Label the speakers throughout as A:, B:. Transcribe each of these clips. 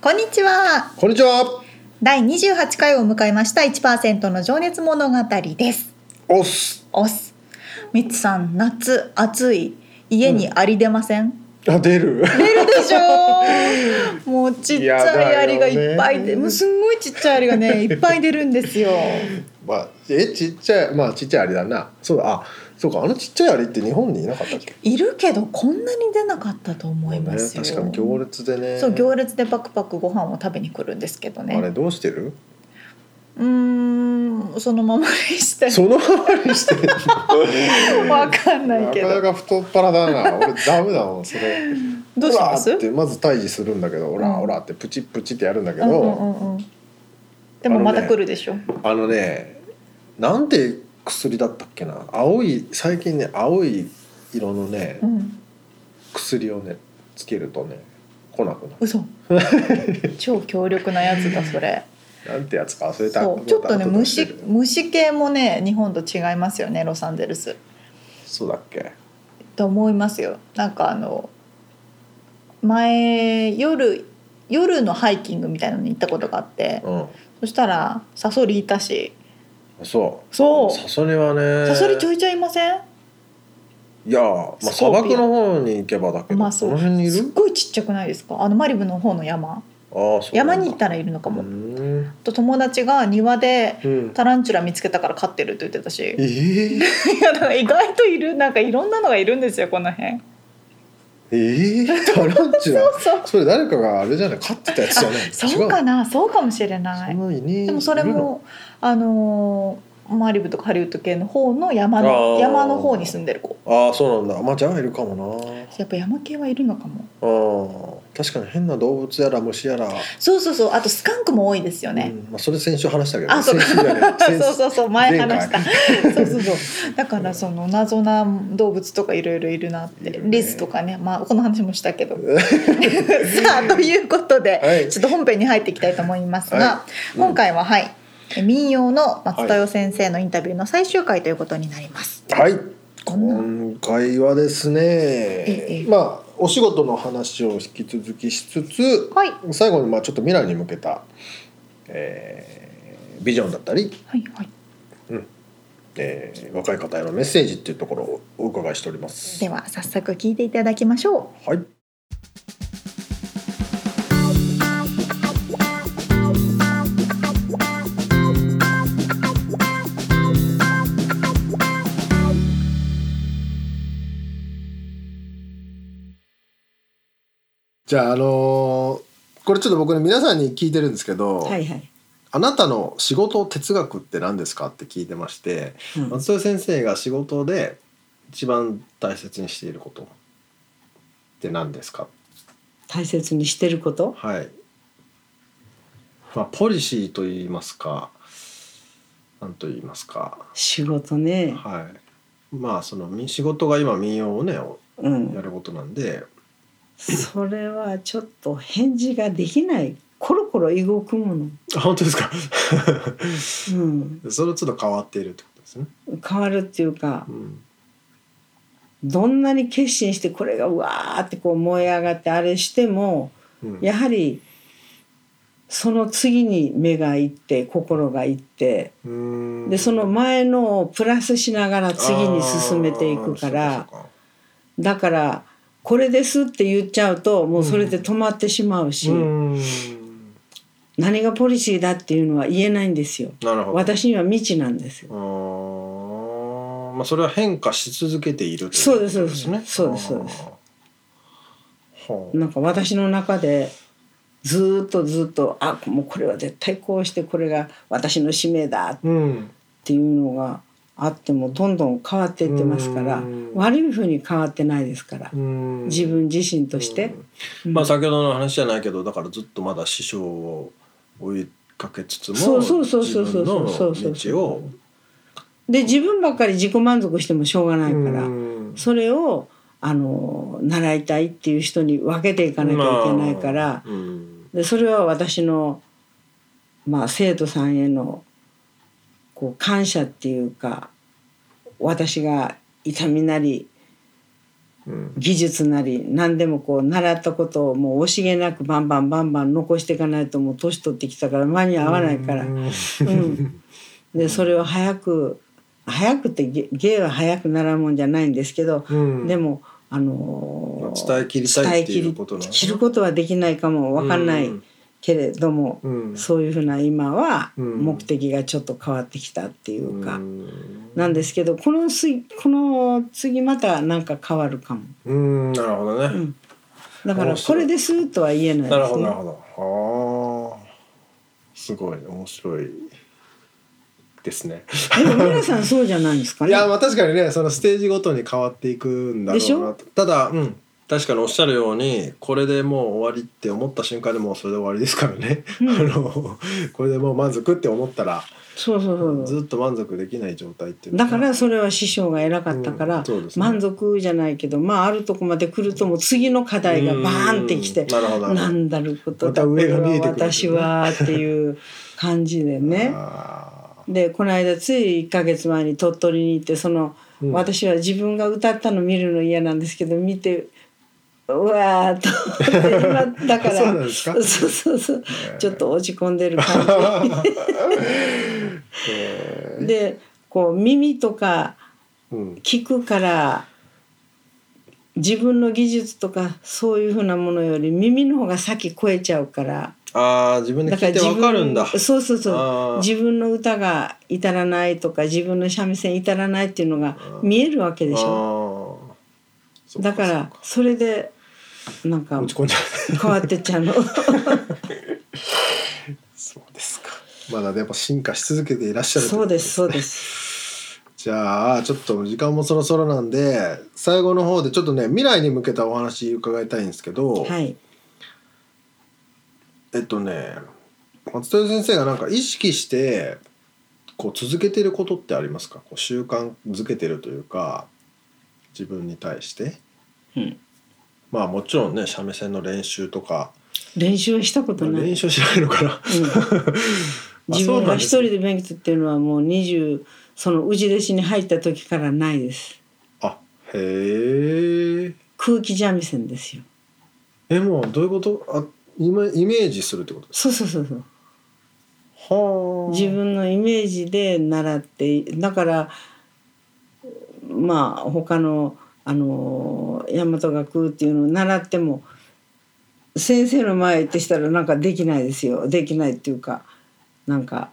A: こんにちは
B: こんにちは。
A: 第28回を迎えました1%の情熱物語です
B: おっす。
A: おっすみつさん夏暑い家にアリ出ません、
B: あ、出る。
A: 出 るでしょ もうちっちゃいアリがいっぱい
B: いやだ
A: で、
B: よね
A: もうすんごいちっちゃいアリが ねいっぱい出るんですよ
B: まあ、え、ちっちゃい、まあ、ちっちゃいアリだな。そうだ、あ、そうか、あのちっちゃいアリって日本にいなかったっけ。
A: いるけどこんなに出なかったと思いますよ、
B: ね、確かに行列でね。
A: そう行列でパクパクご飯を食べに来るんですけど
B: あれ、
A: ね
B: どうしてる。
A: うーんそのままにして
B: そのままにしてる。
A: わかん ない
B: な
A: け
B: かな
A: ど
B: か太っ腹だな。俺、ダメだもん、それ。
A: どうしま
B: オラ
A: す
B: って、まず退治するんだけど、オ
A: うん
B: ラオラって、プチプチってやるんだけ
A: うん
B: ど。
A: うんうんうんでもまた来るでしょ、
B: あのね、なんて薬だったっけな。青い、最近ね、青い色のね。
A: うん
B: 薬をねつけるとね来なくな
A: 嘘 超強力なやつだそれ
B: るなんてやつか忘れた
A: そうちょっとね
B: 後で教え
A: 虫
B: る
A: 虫系もね日本と違いますよねロサンゼルス
B: そうだっけ
A: と思いますよなんかあの前夜夜のハイキングみたいなのに行ったことがあって
B: うん
A: そしたらサソリいたし
B: そう
A: そう
B: サソリはね
A: サソリちょ
B: い
A: いちょいいません
B: や、まあ、
A: ス
B: 砂
A: コー
B: 漠
A: ピオン
B: の方に行けばだけど、
A: まあそう
B: この辺にい
A: すっ
B: る
A: ごいちっちゃくないですかあのマリブの方の山
B: ああそう
A: 山に行った
B: の
A: らいるのかも、
B: うん、
A: と友達が庭で
B: うん、
A: タランチュラ見つけたから飼ってるって言ってたし
B: えー、
A: いやだから意外といるなんかいろんなのがいるんですよこの辺
B: えー、タランチュラ
A: そう
B: それ誰かがあれじゃない飼ってたやつじゃないの
A: そうかなそうかもしれな
B: 違う
A: い
B: のそんなにね
A: でもそれ
B: いるの
A: もあのーマリブとかハリウッド系の方の山の
B: あー
A: 山の方に住んでる子
B: ああそうなんだまあじゃあいるかもな
A: やっぱ山系はいるのかも
B: あ確かに変な動物やら虫やら
A: そうそうそうあとスカンクも多いですよね、
B: うんまあ、それ先週話したけど、
A: あ そうか
B: 先週じゃない先
A: そうそうそう前
B: 前回
A: 話したそうそうそうだからその謎な動物とかいろいろいるなって、
B: いるね
A: リスとかねまあこの話もしたけ どさあ ということで、
B: はい
A: ちょっと本編に入っていきたいと思いますが、
B: はうん
A: 今回ははいえ民謡の松田代先生のインタビューの最終回ということになります。
B: はい
A: こんな
B: 今回はですね、
A: ええ
B: まあお仕事の話を引き続きしつつ
A: はい、は
B: 最後にまあちょっと未来に向けた、えービジョンだったり、
A: い、はい
B: えー若い方へのメッセージっていうところをお伺いしております。
A: では早速聞いていただきましょ
B: はい、じゃああのーこれちょっと僕ね皆さんに聞いてるんですけど、
A: う。はい。
B: あなたの仕事哲学って何ですかって聞いてまして、
A: うん
B: 松任先生が仕事で一番大切にしていることって何ですか
C: 大切にしてること
B: はい、まあ、ポリシーと言いますか何と言いますか
C: 仕事ね、
B: はいまあそのみ仕事が今民謡をね
C: う
B: や
C: ん、
B: ることなんで
C: それはちょっと返事ができないコロコロ動くもの、
B: あ本当ですか
C: うん、
B: その都度変わっているってことですね、
C: 変わるっていうか
B: うん
C: どんなに決心してこれがうわーってこう燃え上がってあれしても
B: うん、
C: やはりその次に目がいって心がいって
B: うーん
C: でその前のをプラスしながら次に進めていくか
B: あー
C: ら
B: そうかそうか
C: だからこれですって言っちゃうともうそれで止まってしまうし。
B: うん
C: 何がポリシーだっていうのは言えないんですよ。
B: なるほど
C: 私には未知なんですよ。
B: うーんまあ、それは変化し続けているとい
C: そうです
B: ことですね。
C: そうですそうです
B: あー。はあ
C: なんか私の中でずーっとずーっとあもうこれは絶対こうしてこれが私の使命だっ
B: うん、
C: ていうのがあってもどんどん変わっていってますか
B: う
C: ら
B: ん
C: 悪いふうに変わってないですから
B: うん
C: 自分自身として。
B: うんまあ、先ほどの話じゃないけどだからずっとまだ師匠を追いかけつつも
C: そうそうそう
B: 自
C: そうそ
B: 分
C: う
B: の
C: そうそう
B: 道を
C: で自分ばっかり自己満足してもしょうがないから
B: うん
C: それをあの習いたいっていう人に分けていかなきゃいけないから。
B: まあうん
C: でそれは私の、まあ、生徒さんへのこう感謝っていうか私が痛みなり
B: うん
C: 技術なり何でもこう習ったことをもう惜しげなくバンバンバンバン残していかないともう年取ってきたから間に合わないから、
B: うん
C: うんでそれを早く早くって芸芸は早く習うもんじゃないんですけど、
B: うん
C: でも、あのー
B: まあ伝え切りたいっていうことなん
C: 伝
B: で
C: え
B: すね
C: 切り切ることはできないかも分かんない
B: うん
C: けれども。
B: うん
C: そういうふうな今は
B: うん
C: 目的がちょっと変わってきたっていうか、
B: うん
C: なんですけどこの次この次またなんか変わるかも、
B: うんなるほど
C: う
B: ね、
C: ん、だから
B: 面白
C: こ
B: い
C: れですーとは言えない
B: なる
C: で
B: ほ
C: す
B: どなる
C: ね。
B: ほどあーすごい面白いです ね
C: でも皆さんそうじゃないですか
B: い
C: ね。
B: やまあ確かにねそのステージごとに変わっていくんだろ
C: でし
B: うな
C: ょ
B: とただうん確かにおっしゃるようにこれでもう終わりって思った瞬間でもうそれで終わりですからね、
C: うん
B: あのこれでもう満足って思ったら
C: そうそうそうそう。
B: ずっと満足できない状態っていうの
C: だ
B: か
C: か
B: な
C: らそれは師匠が偉かったから、
B: うんそうですね
C: 満足じゃないけどまああるとこまで来るともう次の課題がバーンってきて
B: うんなるほどなるほど
C: なんだること
B: また
C: だ
B: 上が見えてくる
C: これは私はっていう感じでね。
B: あ
C: でこの間つい1ヶ月前に鳥取に行ってその、
B: うん
C: 私は自分が歌ったの見るの嫌なんですけど見てうわーっと思って今だか ら
B: そうなんですか
C: そうそうそうちょっと落ち込んでる感
B: ー
C: じでこう耳とか
B: うん
C: 聞くから自分の技術とかそういうふうなものより耳の方が先超えちゃうから
B: あー自分で
C: だから
B: 聞いてわかるんだ
C: そうそうそう
B: あー
C: 自分の歌が至らないとか自分の三味線至らないっていうのが見えるわけでしょ
B: あーそう
C: だからそれでなんか
B: 落ち込んじゃう
C: 変わってっちゃうの
B: そうですかまだでも進化し続けていらっしゃるとい
C: そう
B: こと
C: ですそうです
B: じゃあちょっと時間もそろそろなんで最後の方でちょっとね未来に向けたお話伺いたいんですけど、
C: はい
B: えっとね松任谷先生がなんか意識してこう続けてることってありますかこう習慣づけてるというか自分に対して、
C: うん
B: まあもちろんね三味線の練習とか、
C: 練習はしたこと
B: まあ
C: ない、
B: 練習しないのかな
C: うん、自分が一人で勉強っていうのはもう20その氏弟子に入った時からないです
B: あへえ
C: 空気三味線ですよ
B: えもうどういうことあイメイメージするってことです
C: そうそうそうそう
B: かはあ
C: 自分のイメージで習ってだからまあ他のあの大和学っていうのを習っても先生の前ってしたらなんかできないですよできないっていうかなんか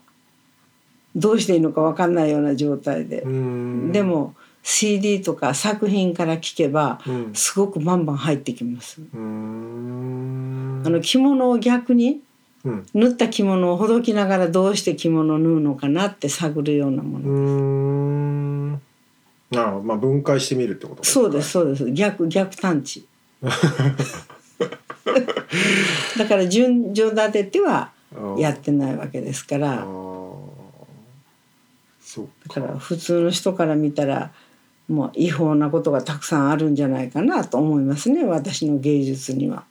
C: どうしていいのか分かんないような状態で、
B: うん
C: でも CD とか作品から聞けば
B: うん
C: すごくバンバン入ってきます。
B: うん
C: あの着物を逆に
B: うん
C: 縫った着物をほどきながらどうして着物を縫うのかなって探るようなもの、
B: うんなるほどまあ分解してみるってことか
C: そうですそうです逆逆探知だから順序立てては
B: うん
C: やってないわけですか
B: あ
C: ら
B: ーそう
C: だから普通の人から見たらもう違法なことがたくさんあるんじゃないかなと思いますね私の芸術には、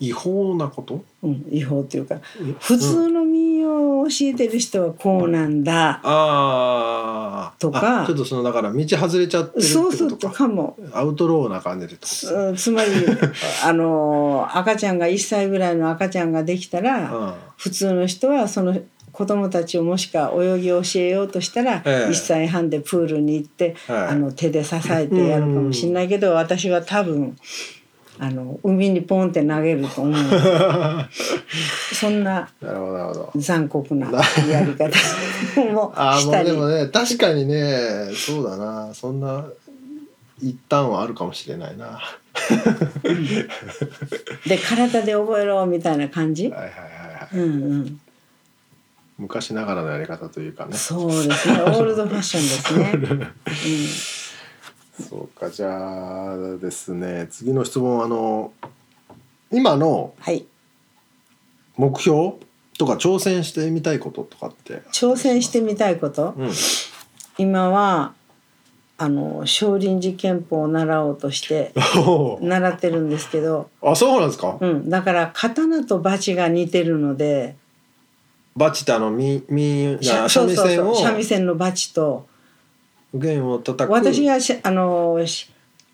B: 違法なこと
C: うん、違法というか普通の民謡を教えてる人はこうなんだ、
B: あー
C: とか
B: あちょっとそのだから道外れちゃってるって
C: そう
B: こ
C: そう
B: とか
C: かも
B: アウトローな感じでってことですね
C: うんつ まりあの赤ちゃんが1歳ぐらいの赤ちゃんができたら、
B: あ
C: 普通の人はその子供たちをもしか泳ぎを教えようとしたら、
B: ええ
C: 1歳半でプールに行って、
B: はい
C: あの手で支えてやるかもしれないけど、私は多分あの海にポンって投げると思う そんな
B: なるほどなるほど
C: 残酷なやり 方も
B: ああ
C: し
B: ま
C: た
B: あで
C: り、
B: もね確かにねそうだなそんな一旦はあるかもしれないなは
C: で体で覚えろみたいな感
B: い
C: じ
B: はいはいはい
C: うんうん
B: 昔ながらのやり方というかね
C: そうですねオールドファッショ ンですね、
B: そうかじゃあですね次の質問あの今の
C: うん、はい
B: 目標とか挑戦してみたいこととかって
C: 挑戦してみたいこと
B: うん
C: 今はあの少林寺拳法を習おうとして
B: おー
C: 習ってるんですけど、
B: あそうなんですか、
C: うん、だから刀とバチが似てるので
B: バチってあのみみじゃあ三
C: そう
B: 味
C: そう
B: 線
C: そ
B: を
C: う三味線のバチと
B: 弦を叩く
C: 私がしあのし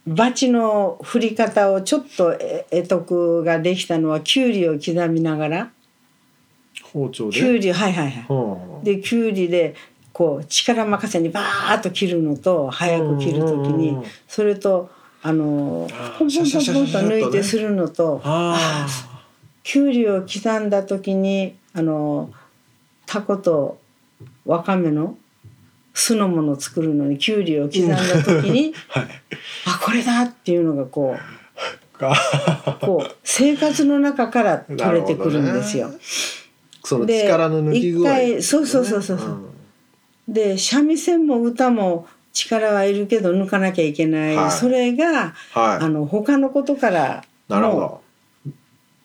C: バチの振り方をちょっとえ得得ができたのはキュウリを刻みながら
B: 包丁で
C: キュウリはいはいはい。
B: はあ
C: でキュウリでこう力任せにバーッと切るのと早く切るとき
B: うんうんう
C: に
B: ん
C: それとあの
B: あー
C: ポンポンポンポンと
B: シャシャシャシャシャっとね
C: 抜いてするのと
B: あ
C: きゅうりを刻んだ時にあのタコとわかめの酢のものを作るのにきゅうりを刻んだ時に
B: あはい
C: あこれだっていうのがこう
B: か
C: こう生活の中から取れてくるんですよ
B: な。るその
C: で
B: 力の抜き具合、
C: 一回そうそうそうそうそうんで三味線も歌も力はいるけど抜かなきゃいけない、
B: はい
C: それが、あ
B: は
C: の他のことから
B: いなるほ
C: も
B: ど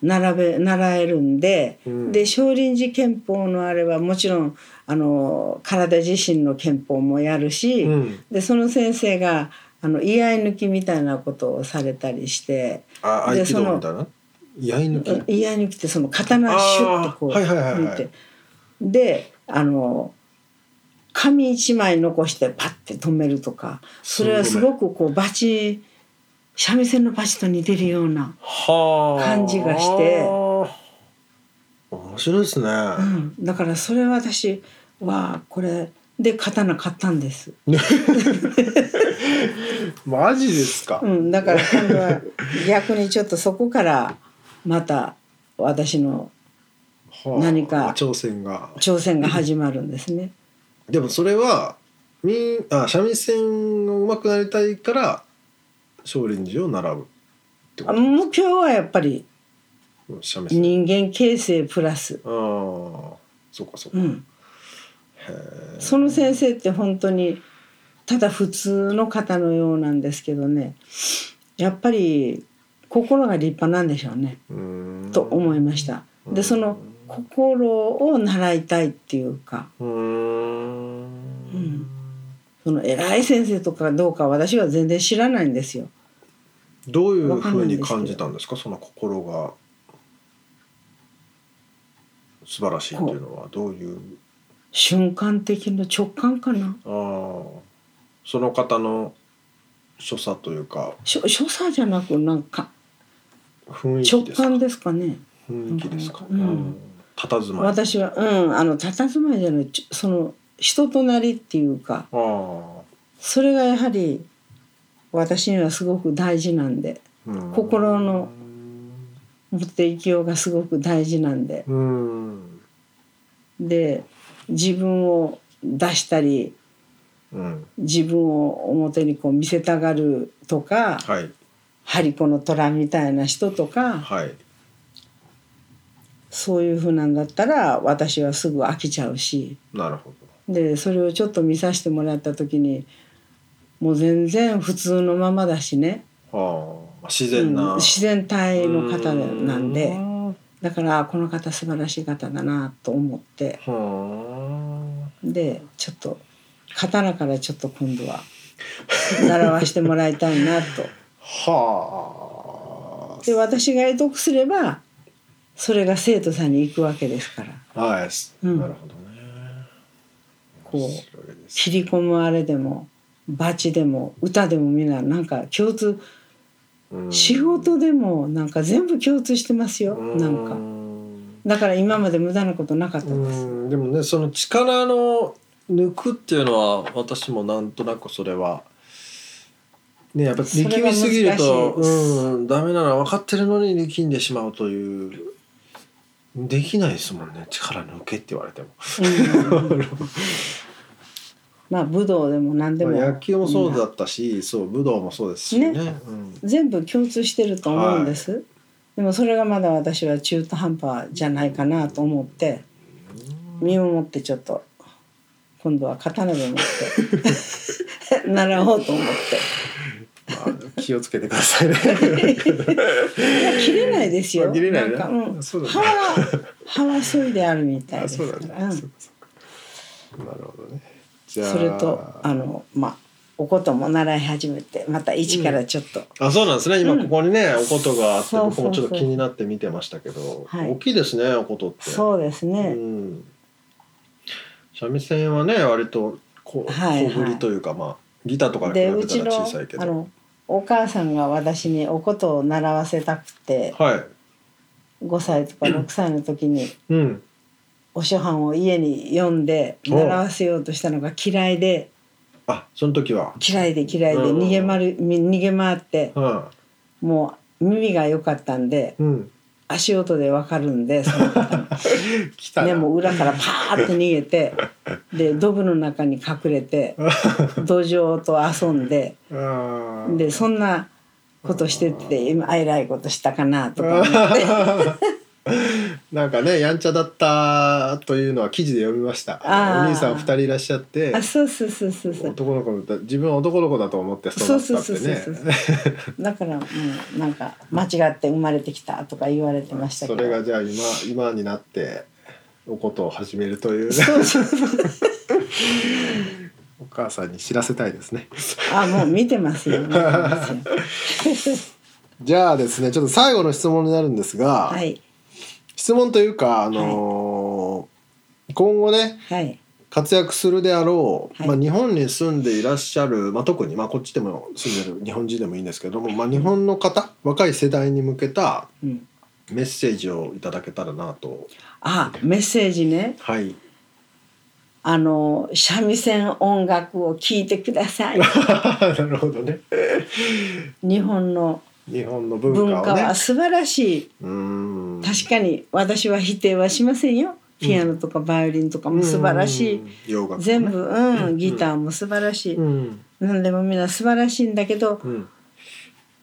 C: 並べ習えるんで、
B: うん
C: で少林寺拳法のあればもちろんあの体自身の拳法もやるし、
B: うん
C: でその先生があの居合抜きみたいなことをされたりして
B: あ合
C: で
B: 気
C: そ
B: 道
C: の
B: みたいなやい抜き
C: うん居合抜きってその刀をシュッとこう
B: あーはいはいはいはい
C: 抜いてであの紙一枚残してパッて止めるとかそれはすごくこうバチ三味線のバチと似てるような、
B: はあ
C: 感じがして
B: 面白いですね、
C: うん、だからそれは私はこれで刀買ったんです、
B: マジですか、
C: うん、だから今度は逆にちょっとそこからまた私の
B: はあ
C: 何か
B: 挑戦が
C: 挑戦が始まるんですね。
B: でもそれはみんあ三味線が上手くなりたいから少林寺を習うってこ
C: あ目標はやっぱり
B: と三味線
C: 人間形成プラス、
B: ああそうかそう
C: う
B: か、
C: ん、
B: へえ
C: その先生って本当にただ普通の方のようなんですけどねやっぱり心が立派なんでしょうね
B: うーん
C: と思いました。でその心を習いたいっていうか
B: うーん
C: うんその偉い先生とかどうか私は全然知らないんですよ。
B: どういうふうに感じたんですかその心が素晴らしいっていうのはどういう
C: 瞬間的な直感かな
B: ああその方の所作というか
C: 所所作じゃなくなんか
B: 雰囲気
C: 直
B: ですか
C: 感ですかね。
B: 雰囲気ですか、
C: うん
B: 佇まい
C: 私はうんあの佇まいじゃないちょその人となりっていうか
B: ああ
C: それがやはり私にはすごく大事なんで
B: うん
C: 心の持っていきようがすごく大事なんで
B: うん
C: で自分を出したり
B: うん
C: 自分を表にこう見せたがるとか
B: はい
C: 張り子の虎みたいな人とか
B: はい
C: そういうふうなんだったら私はすぐ飽きちゃうし
B: なるほ
C: でそれをちょっと見させてもらった時にもう全然普通のままだしね、
B: どああ自
C: う
B: 然な、
C: ん自然体の方なんで。
B: うんは
C: だからあこの方素晴らしい方だなと思って
B: あ
C: でちょっと刀からちょっと今度は習わしてもらいたいなと。
B: はあ
C: で私が会得すればそれが生徒さんに行くわけですから
B: はい、
C: うん
B: なるほどね。
C: こう
B: 面白いです
C: 切り込むあれでもバチでも歌でもみんななんか共通
B: うん
C: 仕事でもなんか全部共通してますよ
B: う
C: なんかだから今まで無駄なことなかった
B: う
C: です。
B: んでもねその力の抜くっていうのは私もなんとなくそれはねやっぱ
C: それが
B: 力みすぎると
C: 難しい
B: うんダメなのは分かってるのに力んでしまうというできないですもんね力抜けって言われても、
C: うんまあ武道でも何でも、
B: まあ野球もそうだったし、そう武道もそうですしね
C: ね
B: うん
C: 全部共通してると思うんです、でもそれがまだ私は中途半端じゃないかなと思って身をもってちょっと今度は刀でもって 習おうと思っ
B: まあ気をつけてくだ さいね
C: ていや切れないです
B: ま
C: よ
B: あ切れないね
C: んか、うん、
B: そうだね
C: 歯は歯はそいであるみたいで
B: あ
C: す
B: そうだ
C: からうん
B: ね、そうかそうかなるほどねじゃあ
C: それとあのまあおことも習い始めてまた一からちょっと、
B: あそうなんですね今
C: うん
B: ここにね、おことがあって
C: そうそ
B: 僕
C: うそう
B: もちょっと気になって見てましたけど、
C: はい
B: 大きいですねおことって
C: そうですね、
B: うん、三味線はね割とこう
C: はいはい
B: 小ぶりというか、まあギターとかに
C: で
B: 比
C: う
B: べ
C: ち
B: た
C: の
B: ら小さいけど
C: あのお母さんが私におことを習わせたくて
B: はい
C: 5歳とか6歳の時に
B: うん
C: お初版を家に読んで
B: お
C: 習わせようとしたのが嫌いで
B: あその時は
C: 嫌いで嫌いで
B: うんうんうん
C: 逃げ回るみ逃げ回って
B: は
C: もう耳が良かったんで
B: いうん
C: 足音でわかるんでそ の方の
B: 来たな
C: ねもう裏からパーって逃げ てでドブの中に隠れて土壌と遊んで。
B: あー
C: でそんなことしてて今あえらいことしたかなとかね
B: あーなんかねやんちゃだったというのは記事で読みました
C: あー
B: お兄さん二人いらっしゃって
C: あそうそうそうそうそう
B: 男の子だ自分は男の子だと思ってそうだったってね
C: そうそうそうそうだからもうなんか間違って生まれてきたとか言われてましたけ
B: そ
C: ど
B: れがじゃあ今今になっておことを始めるという
C: そうそうそう
B: お母さんに知らせたいですね。
C: あもう見てま すよ見てますよ
B: じゃあですね、ちょっと最後の質問になるんですが、
C: はい
B: 質問というか、あのー今後ね、
C: はい
B: 活躍するであろう、
C: はい
B: まあ、日本に住んでいらっしゃる、まあ、特に、まあ、こっちでも住んでる日本人でもいいんですけども、まあ、日本の方若い世代に向けた
C: うん
B: メッセージをいただけたらなと。
C: あメッセージね
B: はい、
C: あの三味線音楽を聴いてくださ い
B: なるほどね
C: 日本の
B: 日本の文化をね
C: 文化は素晴らしい
B: うん
C: 確かに私は否定はしませんよピアノとかバイオリンとかも素晴らし
B: う
C: い、
B: ん洋楽もね
C: 全部、うん
B: うん
C: ギターも素晴らしい、
B: うん
C: 何でもみんな素晴らしいんだけど
B: うん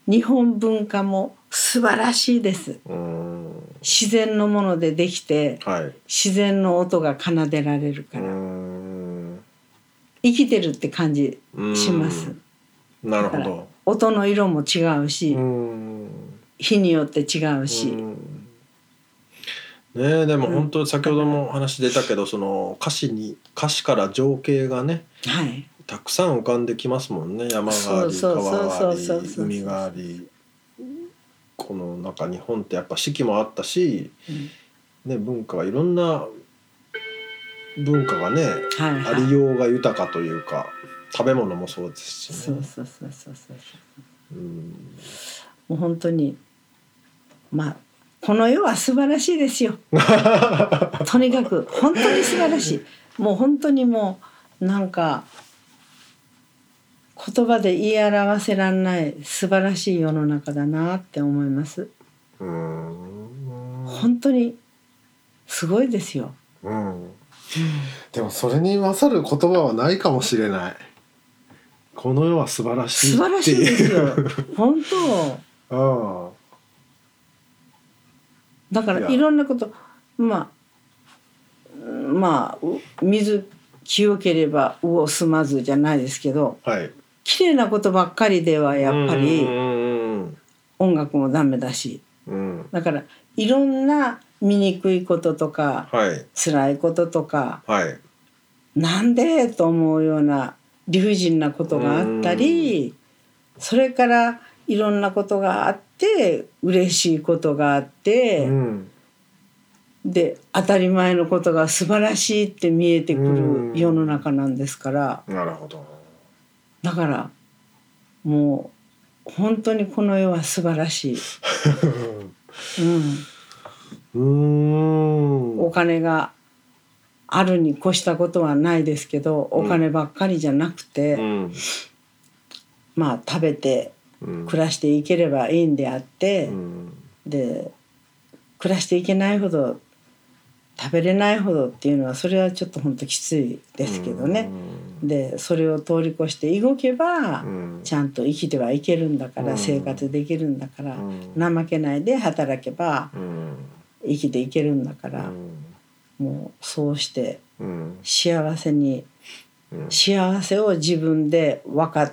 C: 日本文化も素晴らしいです
B: うん
C: 自然のものでできて
B: はい
C: 自然の音が奏でられるから、
B: うん
C: 生きてるって感じします、
B: うんなるほ
C: だか
B: ど
C: 音の色も違うし、
B: うん
C: 日によって違うし、
B: うんねえでも
C: うん
B: 本当先ほども話出たけどその歌詞に歌詞から情景がね
C: はい
B: たくさん浮かんできますもんね山があり
C: そうそうそう
B: 川があり
C: そうそうそうそう
B: 海がありこのなんか日本ってやっぱ四季もあったし、ね、文化はいろんな文化がね
C: はい
B: あ
C: はい
B: りようが豊かというか食べ物もそうですし
C: そ
B: ね
C: う。そうそうそうそ
B: う
C: う
B: ん
C: もう本当にまあこの世は素晴らしいですよ とにかく本当に素晴らしいもう本当にもうなんか言葉で言い表せらんない素晴らしい世の中だなって思います
B: うーん
C: 本当にすごいですよ
B: うんでもそれに勝る言葉はないかもしれない。この世は素晴らしい
C: 素晴ら
B: って
C: しいです
B: いう。
C: よ本
B: う
C: 当
B: ん
C: だか
B: いや
C: らいろんなことまあうんまあう水清ければ魚すまずじゃないですけど
B: はい。
C: 綺麗なことばっかりではやっぱ
B: うん
C: り
B: うん
C: 音楽もダメだし
B: うんうん。うん
C: だからいろんな醜いこととか
B: はい
C: 辛いこととか
B: はい。
C: なんでと思うような理不尽なことがあったりそれからいろんなことがあって嬉しいことがあって。
B: うん
C: で当たり前のことが素晴らしいって見えてく
B: うん
C: る世の中なんですから
B: なるほど。
C: だからもう本当にこの世は素晴らしい、
B: うーん
C: うん、。お金があるに越したことはないですけどお金ばっかりじゃなくて、
B: うん
C: まあ食べて
B: うん
C: 暮らしていければいいんであって、
B: うん
C: で暮らしていけないほど食べれないほどっていうのはそれはちょっと本当きついですけどね、でそれを通り越して動けば、
B: うん
C: ちゃんと生きてはいけるんだから、
B: うん
C: 生活できるんだから、
B: うん
C: 怠けないで働けば
B: うん
C: 生きていけるんだから、
B: うん
C: もうそうして
B: うん
C: 幸せに
B: うん
C: 幸せを自分で分か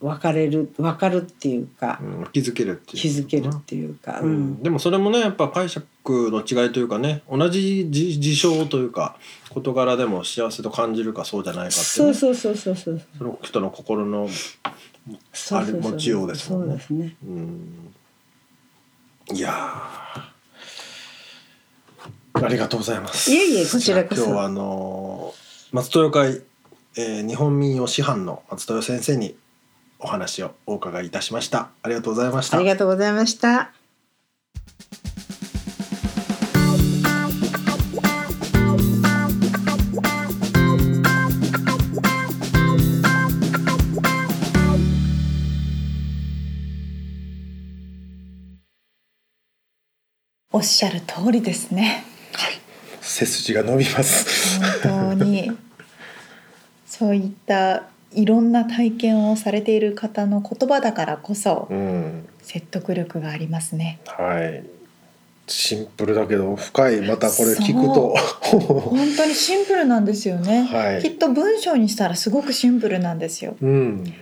C: 分かれる分かるっていうか、
B: うん気づけるっていう
C: 気づけるっていうか、
B: う
C: うん
B: んでもそれもねやっぱ解釈の違いというかね同じ事事象というか事柄でも幸せと感じるかそうじゃないかって、
C: そう
B: ね、
C: そうそうそうそう
B: その人の心の、
C: そうそう
B: あれ
C: そう
B: も需要ですもんね
C: そうですね
B: うん、いやーありがとうございます
C: いえいえこちらこそ
B: じゃあ今日はあのー松豊会、えー日本民謡師範の松豊先生にお話をお伺いいたしましたありがとうございまし
C: あ
B: た
C: りがとうございました。
A: おっしゃる通りですね
B: 背筋が伸び ます
A: 本当にそういったいろんな体験をされている方の言葉だからこそ
B: うん
A: 説得力がありますね
B: はい。シンプルだけど深いまたこれ
A: そう
B: 聞くと
A: 本当にシンプルなんですよね、
B: はい
A: きっと文章にしたらすごくシンプルなんですよ
B: うん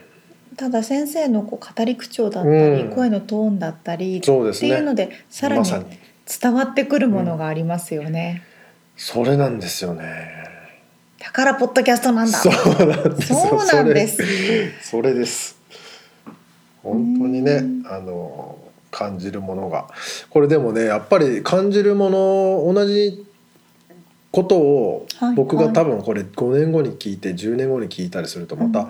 A: ただ先生のこう語り口調だったり、
B: うん
A: 声のトーンだったり
B: そうで
A: っ
B: す
A: ていうの
B: ね
A: でさら
B: ま
A: に
B: さに
A: 伝わってくるものがありますよね、
B: それなんですよね
A: だからポッドキャストなんだ
B: そうなんですよ
A: そうなんです
B: それそれです本当にね
A: うん
B: あの感じるものがこれでもねやっぱり感じるもの同じことを
A: はい
B: 僕が多分これ5年後に聞いて10年後に聞いたりするとまた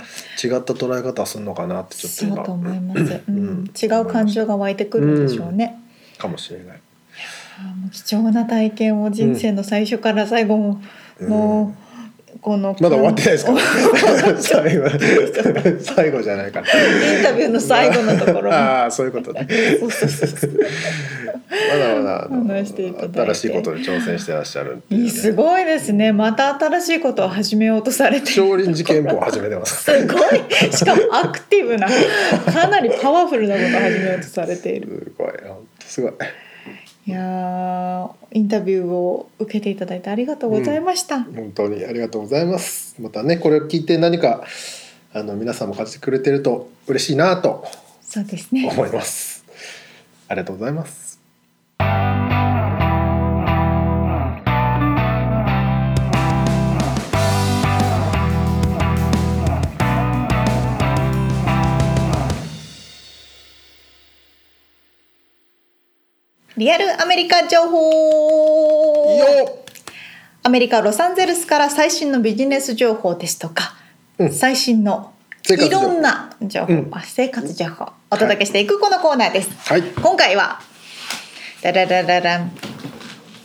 B: 違った捉え方するのかなってちょっと
A: そう
B: 今
A: と思います、う
B: うんん
A: 違う感情が湧いてくるんでしょうね、
B: かもしれない。
A: あーもう貴重な体験を人生の最初から最後も、
B: うん
A: もうこの
B: まだ終わってないですか
A: イ
B: ら
A: ン
B: ね。最後、最後じゃないから。
A: タビューの最後のところ
B: ああ、そういうことね。
A: そうそうそうそう
B: まだまだあの
A: 話していただいて
B: 新しいことに挑戦してらっしゃるっていう、
A: い
B: ね。
A: いすごいですねまた新しいことを始めようとされて
B: 少林寺拳法を始めてます。
A: すご いしかもアクティブなかなりパワフルなことを始めようとされている
B: すごい、本当すごい。
A: いやーインタビューを受けていただいてありがとうございました、
B: 本当にありがとうございます。またね、これを聞いて何かあの皆さんも感じてくれてると嬉しいなと
A: そうですね
B: 思います。ありがとうございます。
A: リアルアメリカ情報
B: よ
A: アメリカ・ロサンゼルスから最新のビジネス情報ですとか、
B: うん
A: 最新の
B: 生
A: い
B: 活情報
A: ろんな情報、
B: うん
A: あ生活情報お届けしていくこのコーナーです。
B: はい。
A: 今回はダララララン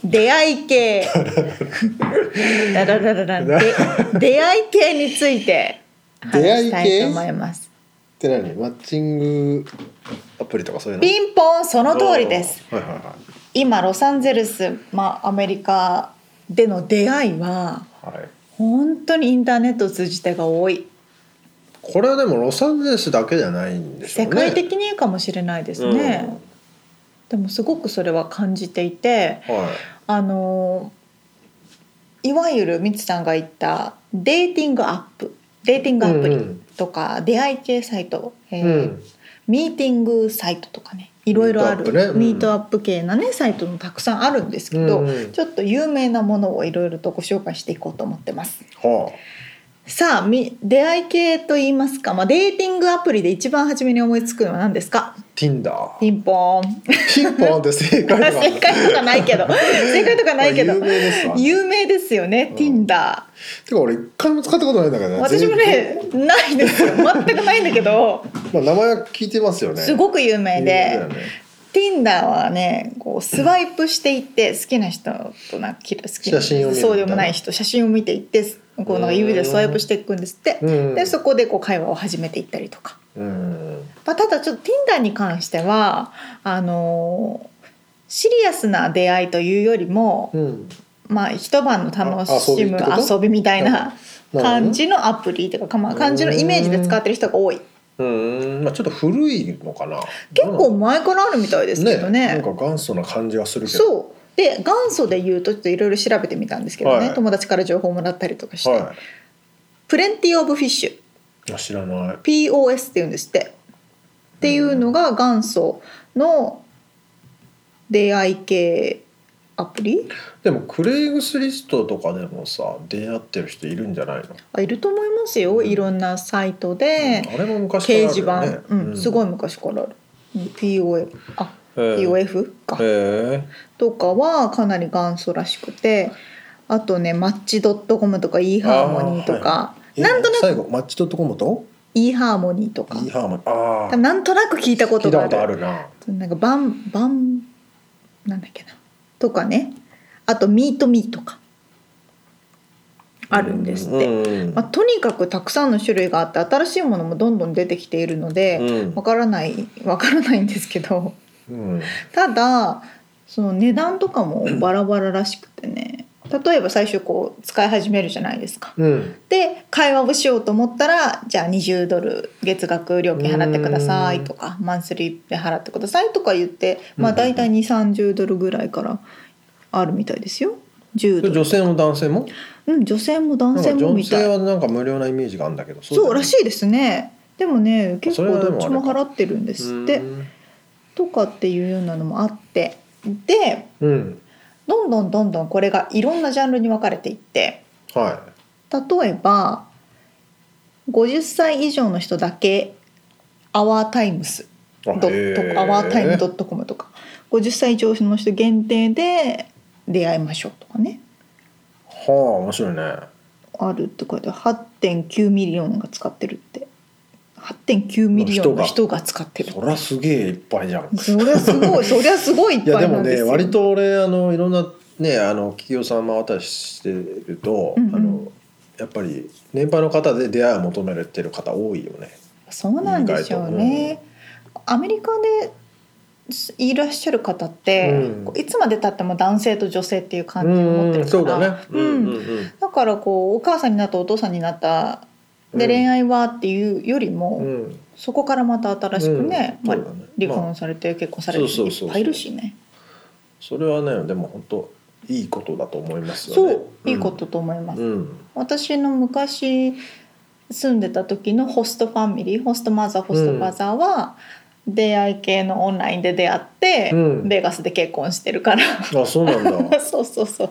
A: 出会い 系ダラララランで出会い系について話したいと思います。
B: って何マッチングアプリとかそういうの
A: ピンポンその通りです。
B: おー。はいはいはい。
A: 今ロサンゼルス、まあ、アメリカでの出会いは
B: はい、
A: 本当にインターネットを通じてが多い
B: これはでもロサンゼルスだけじゃないんでしょう
A: 世
B: ね
A: 界的にかもしれないですね、でもすごくそれは感じていて
B: うんは
A: あのいわゆるミツさんが言ったデーティングアップデーティングアプ
B: う
A: リ
B: ん
A: とか、出会い系サイト、え
B: い、
A: ー
B: うん
A: ミーティングサイトとかねいろいろある
B: ミートアップねうん
A: ミートアップ系なねサイトもたくさんあるんですけど、
B: うんうん
A: ちょっと有名なものをいろいろとご紹介していこうと思ってます。
B: は
A: さあみ出会い系と言いますか、まあ、デーティングアプリで一番初めに思いつくのは何ですか
B: あ、Tinder
A: ピンポーン
B: ピンポンって正解とか
A: 正解とかないけど正解とかないけど
B: 有名ですわ
A: 有名ですよね、
B: うん
A: Tinder
B: てか俺一回も使ったことないんだけどね
A: 私もねないですよ全くないんだけど
B: 全然まあ名前は聞いてますよね
A: すごく有名
B: 有名
A: で
B: だよ、ね
A: Tinder はねこうスワイプしていって好きな人となんかき好きな
B: 写真を見るみたいな
A: そうでもない人写真を見ていってこうなんか指でスワイプしていくんですって
B: うん
A: でそこでこう会話を始めていったりとか
B: うん
A: まあ、ただちょっと Tinder に関してはあのシリアスな出会いというよりも、
B: うん
A: まあ、一晩の楽しむ
B: あ遊びってこと
A: 遊びみたいな
B: なるほどね
A: 感じのアプリというか、まあ、感じのイメージで使ってる人が多い
B: うんまあちょっと古いのかな
A: 結構前からあるみたいですけどね
B: なんか元祖な感じがするけど
A: そうで元祖で言うとちょっといろいろ調べてみたんですけどね、
B: はい
A: 友達から情報もらったりとかして、
B: は
A: プレンティオブフィッシュ
B: いあ知らない
A: POS っていうんですってっていうのが元祖の出会い系アプリ
B: でもクレイグスリストとかでもさ出会ってる人いるんじゃないの、
A: あいると思いますよ
B: うん
A: いろんなサイトで
B: うんあれも昔からあ
A: 掲
B: るよね
A: 示板、うん、すご
B: い、
A: い昔からある POF あ
B: えー
A: POF か
B: へ
A: とかはかなり元祖らしくてあとねマッチ .com とか e ハーモニーとか、
B: え
A: なんとなく
B: 最後マッチドットコムと
A: e ハーモニーとか
B: イーハーモニーあ
A: 多
B: あ
A: 分なんとなく聞いたこ
B: 聞
A: と
B: いた
A: が
B: こ
A: ある
B: とあるな
A: なんかバンバンなんだっけなとかねあとミートミーとかあるんですって、
B: うん
A: まあ、とにかくたくさんの種類があって新しいものもどんどん出てきているので
B: うん
A: わからない わからないんですけど
B: うん
A: ただその値段とかもバラバラらしくてね例えば最初こう使い始めるじゃないですか。
B: うん
A: で会話をしようと思ったらじゃあ20ドル月額料金払ってくださいとかマンスリーで払ってくださいとか言って、まあ、
B: うんうんうん
A: 大体2 3 0ドルぐらいからあるみたいですよ10
B: で
A: ドル
B: 女性も男性も
A: うん、女性も男性
B: なんか
A: も
B: 女
A: みた
B: 性
A: い
B: はなんか無料なイメージがあるんだけど
A: そうらし
B: い
A: いですねでもね結
B: それ
A: 構
B: はでも
A: どっちも払ってるんですってとかっていうようなのもあってで
B: うん
A: どんどんどんどんこれがいろんなジャンルに分かれていって。
B: は
A: 例えば50歳以上の人だけ「アワータイムス
B: い
A: ドットアワータイムドットコムとか50歳以上の人限定で出会いましょうとかね
B: はあ面白いね
A: あるって書いてある8.9ミリオンが使ってるって8.9ミリオンの人が使ってる
B: そりゃすげえいっぱいじゃん
A: そりゃすごいそりゃすごいいっ
B: いや
A: ぱ
B: で
A: いな
B: も
A: んです
B: ね
A: よ
B: 割と俺あのいろんなねあの企業さん回ったりしてると、
A: うんうん
B: あのやっぱり年配の方で出会いを求めてる方多いよね。
A: そうなんでしょうね。アメリカですいらっしゃる方って、
B: うん
A: こういつまでたっても男性と女性っていう
B: う
A: 感じを持ってる
B: ん
A: から
B: そうだね。
A: うん
B: うん
A: だからこうお母さんになったお父さんになったで、
B: うん
A: 恋愛はっていうよりも、
B: うん
A: そこからまた新しくね、
B: うん
A: ま
B: そうだね
A: あ、離婚されて結婚される人
B: そう
A: い
B: そうそうそう
A: っぱいいるしね
B: それはねでも本当いいことだと思いますよ
A: そう,、い
B: ね。
A: いことと思います、
B: うん。
A: 私の昔住んでた時のホストファミリーホストマザーホストファザーは、出会い系のオンラインで出会って、
B: うん
A: ベガスで結婚してるから
B: うん。あそうなん だ。
A: そうそうそう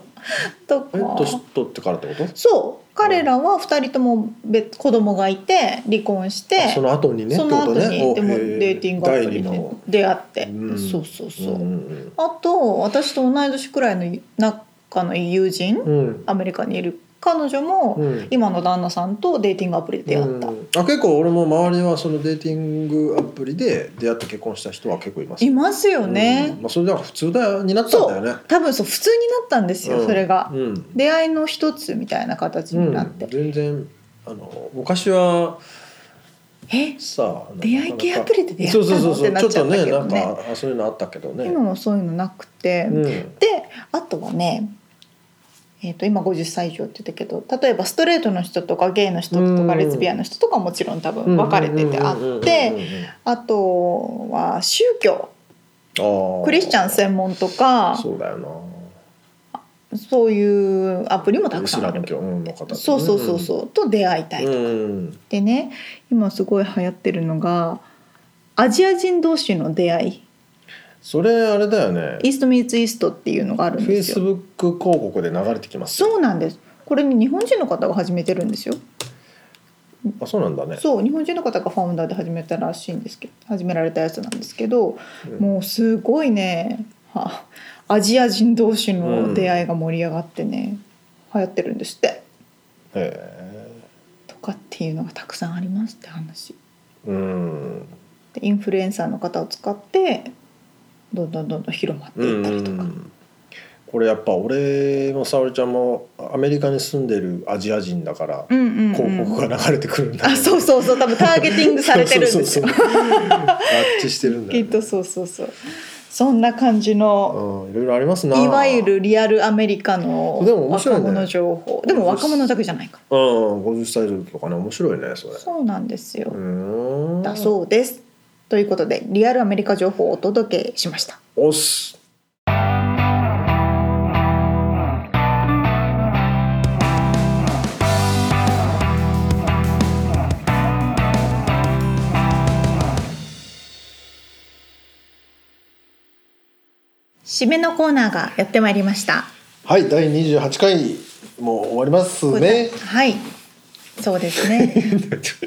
A: とか
B: え年取ってからってこと？
A: そう彼らは2人とも別子供がいて離婚し
B: あ
A: て
B: その後にね。
A: その後に、
B: ってこと
A: で
B: ね
A: も
B: おへえ
A: デーティングアプリ
B: 第二
A: で
B: の
A: 出会って、
B: うん
A: そうそうそう、
B: うん
A: あと私と同い年くらいの仲のいい友人、
B: うん
A: アメリカにいる彼女も、
B: うん
A: 今の旦那さんとデーティングアプリで出会った、
B: うんあ結構俺も周りはそのデーティングアプリで出会って結婚した人は結構います
A: いますよね
B: うん、まあ、それだから普通だになったん
A: そ
B: だよね
A: う多分そう普通になったんですよ、
B: うん
A: それが、
B: うん
A: 出会いの一つみたいな形になって、
B: うん全然あの昔は
A: え
B: さあの
A: 出会い系アプリで出会った
B: そう
A: の
B: そうそうそ
A: って
B: う
A: な
B: ち
A: っ
B: ょっ
A: ちゃ
B: と
A: った
B: ね
A: け
B: な
A: ど
B: ん
A: ね
B: かあそういうのあったけどね
A: 今はそういうのなくて、
B: うん
A: であとはねえー、と今50歳以上って言ったけど例えばストレートの人とかゲイの人とか
B: うん
A: レズビアンの人とかはもちろん多分分かれててあっ
B: うんうん
A: て
B: うんうん
A: あとは宗教
B: あー
A: クリスチャン専門とか
B: そうだよな
A: そういうアプリもた
B: イ
A: くさ
B: ス
A: んあ
B: ラ
A: る
B: ム教の方とかね
A: そうそうそうそうと出会いたい、
B: うん
A: でね今すごい流行ってるのがアジア人同士の出会い
B: それあれだよね
A: イーストミーツイーストっていうのがあるん
B: フェ
A: で
B: イ
A: す
B: ス
A: よ
B: ブック広告で流れてきますよ
A: そうなんですこれね日本人の方が始めてるんですよ
B: あそうなんだね
A: そう日本人の方がファウンダーで始めたらしいんですけど始められたやつなんですけど、
B: うん
A: もうすごいねはアジア人同士
B: うん
A: の出会いが盛り上がってね、流行ってるんですって
B: へ
A: とかっていうのがたくさんありますって話
B: えうん
A: でインフルエンサーの方を使ってどんどんどんどん広まっていったりとか、
B: うんこれやっぱ俺も沙織ちゃんもアメリカに住んでるアジア人だから
A: うんうんうん
B: 広告が流れてくるんだね
A: あそうそうそう多分ターゲティングされてるんですよ
B: そうそうそうそう合致してるんだ
A: き
B: よ
A: っ
B: ね
A: とそうそうそうそんな感じの
B: うんいろいろありますない
A: わゆるリアルアメリカの
B: でも面白い
A: 若
B: ね
A: 者情報でも若者だけじゃないか
B: うん50歳以上とかね面白いねそれ
A: そうなんですよ
B: うーん
A: だそうですということでリアルアメリカ情報をお届けしました
B: おっす
A: 締めのコーナーがやってまいりました
B: はい第28回もう終わります
A: これ
B: ね
A: はいそうです ね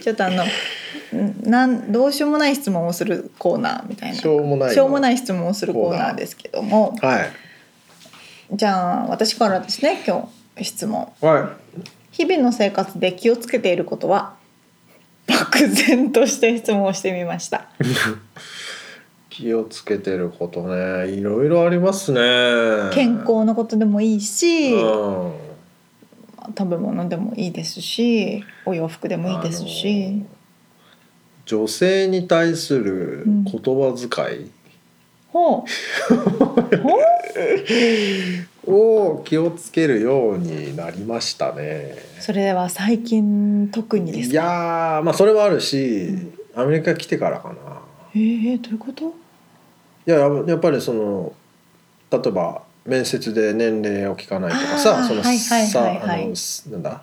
A: ちょっとあのんなんどうしようもない質問をするコーナーみたいな
B: しょうもない
A: しょうもない質問をするコーナーですけども
B: はい
A: じゃあ私からですね今日質問
B: は
A: 日々の生活で気をつけていることは漠然として質問をしてみました
B: い気をつけてることねいろいろありますね
A: 健康のことでもいいし
B: うん
A: 食べ物でもいいですしお洋服でもいいです
B: あ
A: し
B: の女性に対する
A: うん
B: 言葉遣い
A: ほうほう
B: を気をつけるようになりましたね。
A: それは最近特にです
B: い
A: か
B: やーまあそれはあるし、
A: ん
B: アメリカ来てからかな。
A: えー、どういうこと
B: いややっぱやっぱりその例えば面接で年齢を聞かないとか
A: あ
B: さ
A: ー
B: その
A: はいはい
B: さ
A: はいはい
B: あのすなんだ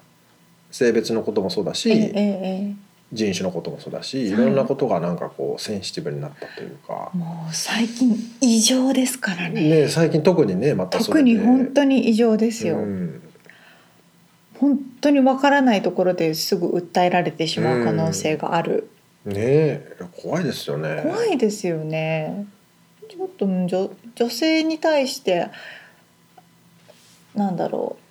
B: 性別のこともそうだし、
A: えええ
B: 人種のこともそうだし
A: い
B: いろんなことがなんかこうセンシティブになったというか
A: え、もう最近異常ですからね
B: ね、最近特にねまたそ
A: 特
B: れで
A: に本当に異常ですよ、
B: うん
A: 本当にわからないところですぐ訴えられてしまう可能性がある、
B: ねえ怖いですよね。
A: 怖いですよねちょっとうん女女性に対してなんだろう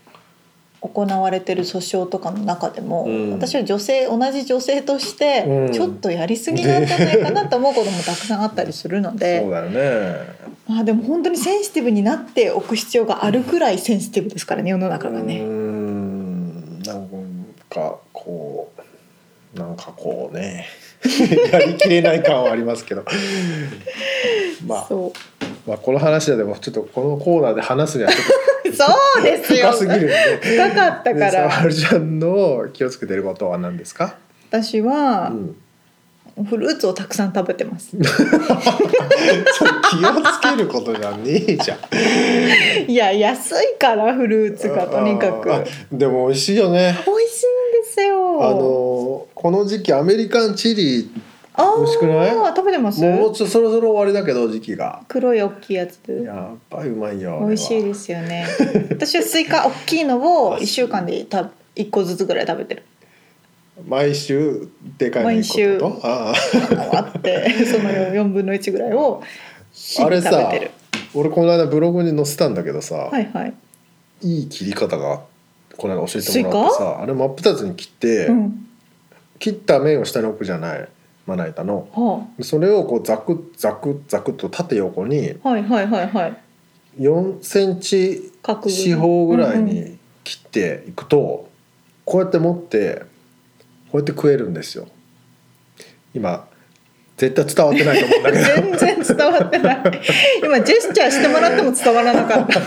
A: 行われてる訴訟とかの中でも、
B: うん
A: 私は女性同じ女性として、
B: うん
A: ちょっとやりすぎなんじゃないかなと思うこともたくさんあったりするので
B: そうだよね。
A: まあでも本当にセンシティブになっておく必要があるくらいセンシティブですからね世の中が
B: うー
A: ね。
B: んなんかこうなんかこうね やりきれない感はあります けどまあ
A: そう
B: まあこの話はでもちょっとこのコーナーで話すにはちょっ
A: そうで
B: と
A: すよ
B: 深すぎるんで。
A: 深かったか
B: でさ
A: ら
B: はるちゃんの気をつけてることは何ですか、
A: 私
B: う
A: は
B: ん、
A: フルーツをたくさん食べてます。
B: それ気をつけることじゃねえじゃん
A: いや安いからフルーツがとにかく美
B: あでも美味しいよね
A: 味しいんですよ
B: あのこの時期アメリカンチリ
A: あー
B: 美味しくない
A: 食べてます
B: もうもうちょそろそろ終わりだけど時期が
A: 黒い大きいやつ
B: やっぱりうまいよ。。
A: 美味しいですすよ ね私はスイカ大きいのを一週間でた一個ずつぐらい食べてる
B: 毎週でかいの
A: 毎週
B: 一個ってことあ
A: あって その四分の一ぐらいを日
B: ああ
A: 々
B: れ
A: 食べ
B: さ
A: てる、
B: 俺この間ブログに載せたんだけどさ、、
A: はいいはい、
B: い切り方がこの間教えてもらって
A: スイ
B: さ、あれ真っ二つに切って、
A: うん
B: 切った面を下に置くじゃないまな板の。
A: は
B: それをこうザクザクザクっと縦横に
A: あ、はいはいはいはい
B: 4センチ
A: 角度
B: 四方ぐらい
A: うんうん
B: に切っていくと、こうやって持ってこうやって食えるんですよ今絶対伝わってないと思うんだけど
A: 全然伝わってない今ジェスチャーしてもらっても伝わらなか った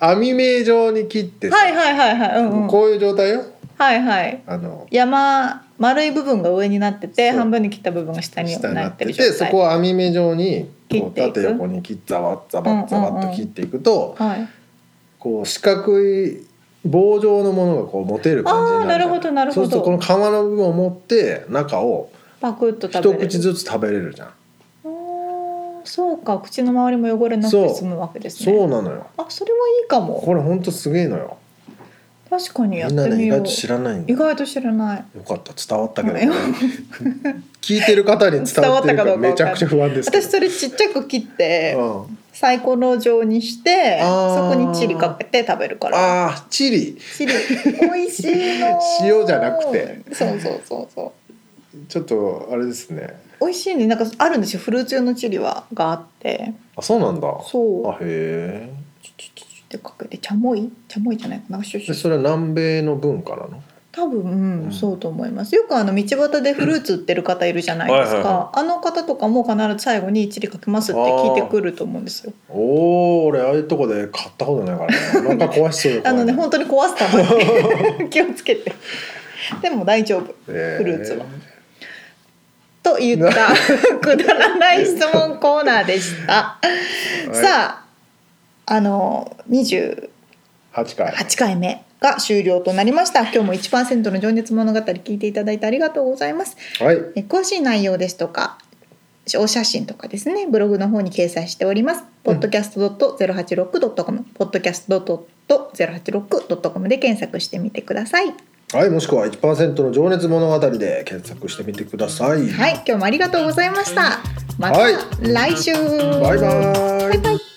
B: 網目状に切ってさ、
A: はいはいはいはい、うんうん、
B: こういう状態よ
A: はいはい
B: あの
A: 山丸い部分が上になってて
B: そう
A: 半分に切った部分が下に
B: 下に
A: な
B: な
A: っ
B: ってて
A: る
B: て
A: 状態
B: そこを網目状に
A: 切
B: こ
A: っ
B: う
A: ていく
B: 縦横に切っざわっざわっざわっと切っていくと、
A: はい、
B: こう四角い棒状のものがこう持てる感じになる
A: あーなるほどなるほど
B: そうするとこの皮の部分を持って中を
A: パクッと食
B: 一
A: べれる
B: 口ずつ食べれるじゃん、
A: あーそうか口の周りも汚れなくて済むわけですね
B: そうなのよ
A: あそれはいいかも
B: これほんとすげえのよ
A: 確かに
B: み
A: やっ
B: んな
A: て
B: ね
A: み
B: 意
A: よう
B: 外と知らないんだ
A: 意
B: よ
A: 外と知らない
B: よかった伝わったけど、
A: ごめん
B: 聞いてる方に伝わって
A: 伝わったか
B: るか
A: どうかわかんない
B: めちゃくちゃ不安ですけど
A: 私それちっちゃく切って
B: うん
A: サイコロ状にして
B: あー
A: そこにチリかけて食べるから
B: ああチリ
A: チリ美味しいの
B: 塩じゃなくて
A: そうそうそうそう
B: ちょっとあれですね
A: 美味しいねなんかあるんですよフルーツ用のチリはがあって
B: あそうなんだあ
A: そう
B: へえ
A: チュチュチュチュってかけてチャモイチャモイじゃないかなシュシ
B: で
A: ュ
B: それは南米の文化なの
A: 多分、
B: う
A: うんん、そうと思いますよくあの道端でフルーツ売ってる方いるじゃないですか、
B: はいはいは
A: あの方とかも必ず最後にチリかけますって聞いてくると思うんですよ
B: おお俺ああいうとこで買ったことないからねお腹壊しそうよ
A: あのね
B: これ
A: 本当に壊すた めに気をつけてでも大丈夫
B: へ
A: フ
B: ー
A: ルーツはと言った くだらない質問コーナーでした、
B: はい
A: さああの28
B: 8回
A: 回目が終了となりました今日も1%の情熱物語聞いていただいてありがとうございます
B: はい
A: え詳しい内容ですとかお写真とかですねブログの方に掲載しております、
B: うん
A: podcast.086.com podcast.086.com で検索してみてください
B: はいもしくは1%の情熱物語で検索してみてください
A: はい今日もありがとうございましたまた
B: はい
A: 来週、
B: バイバーイ
A: バイバイ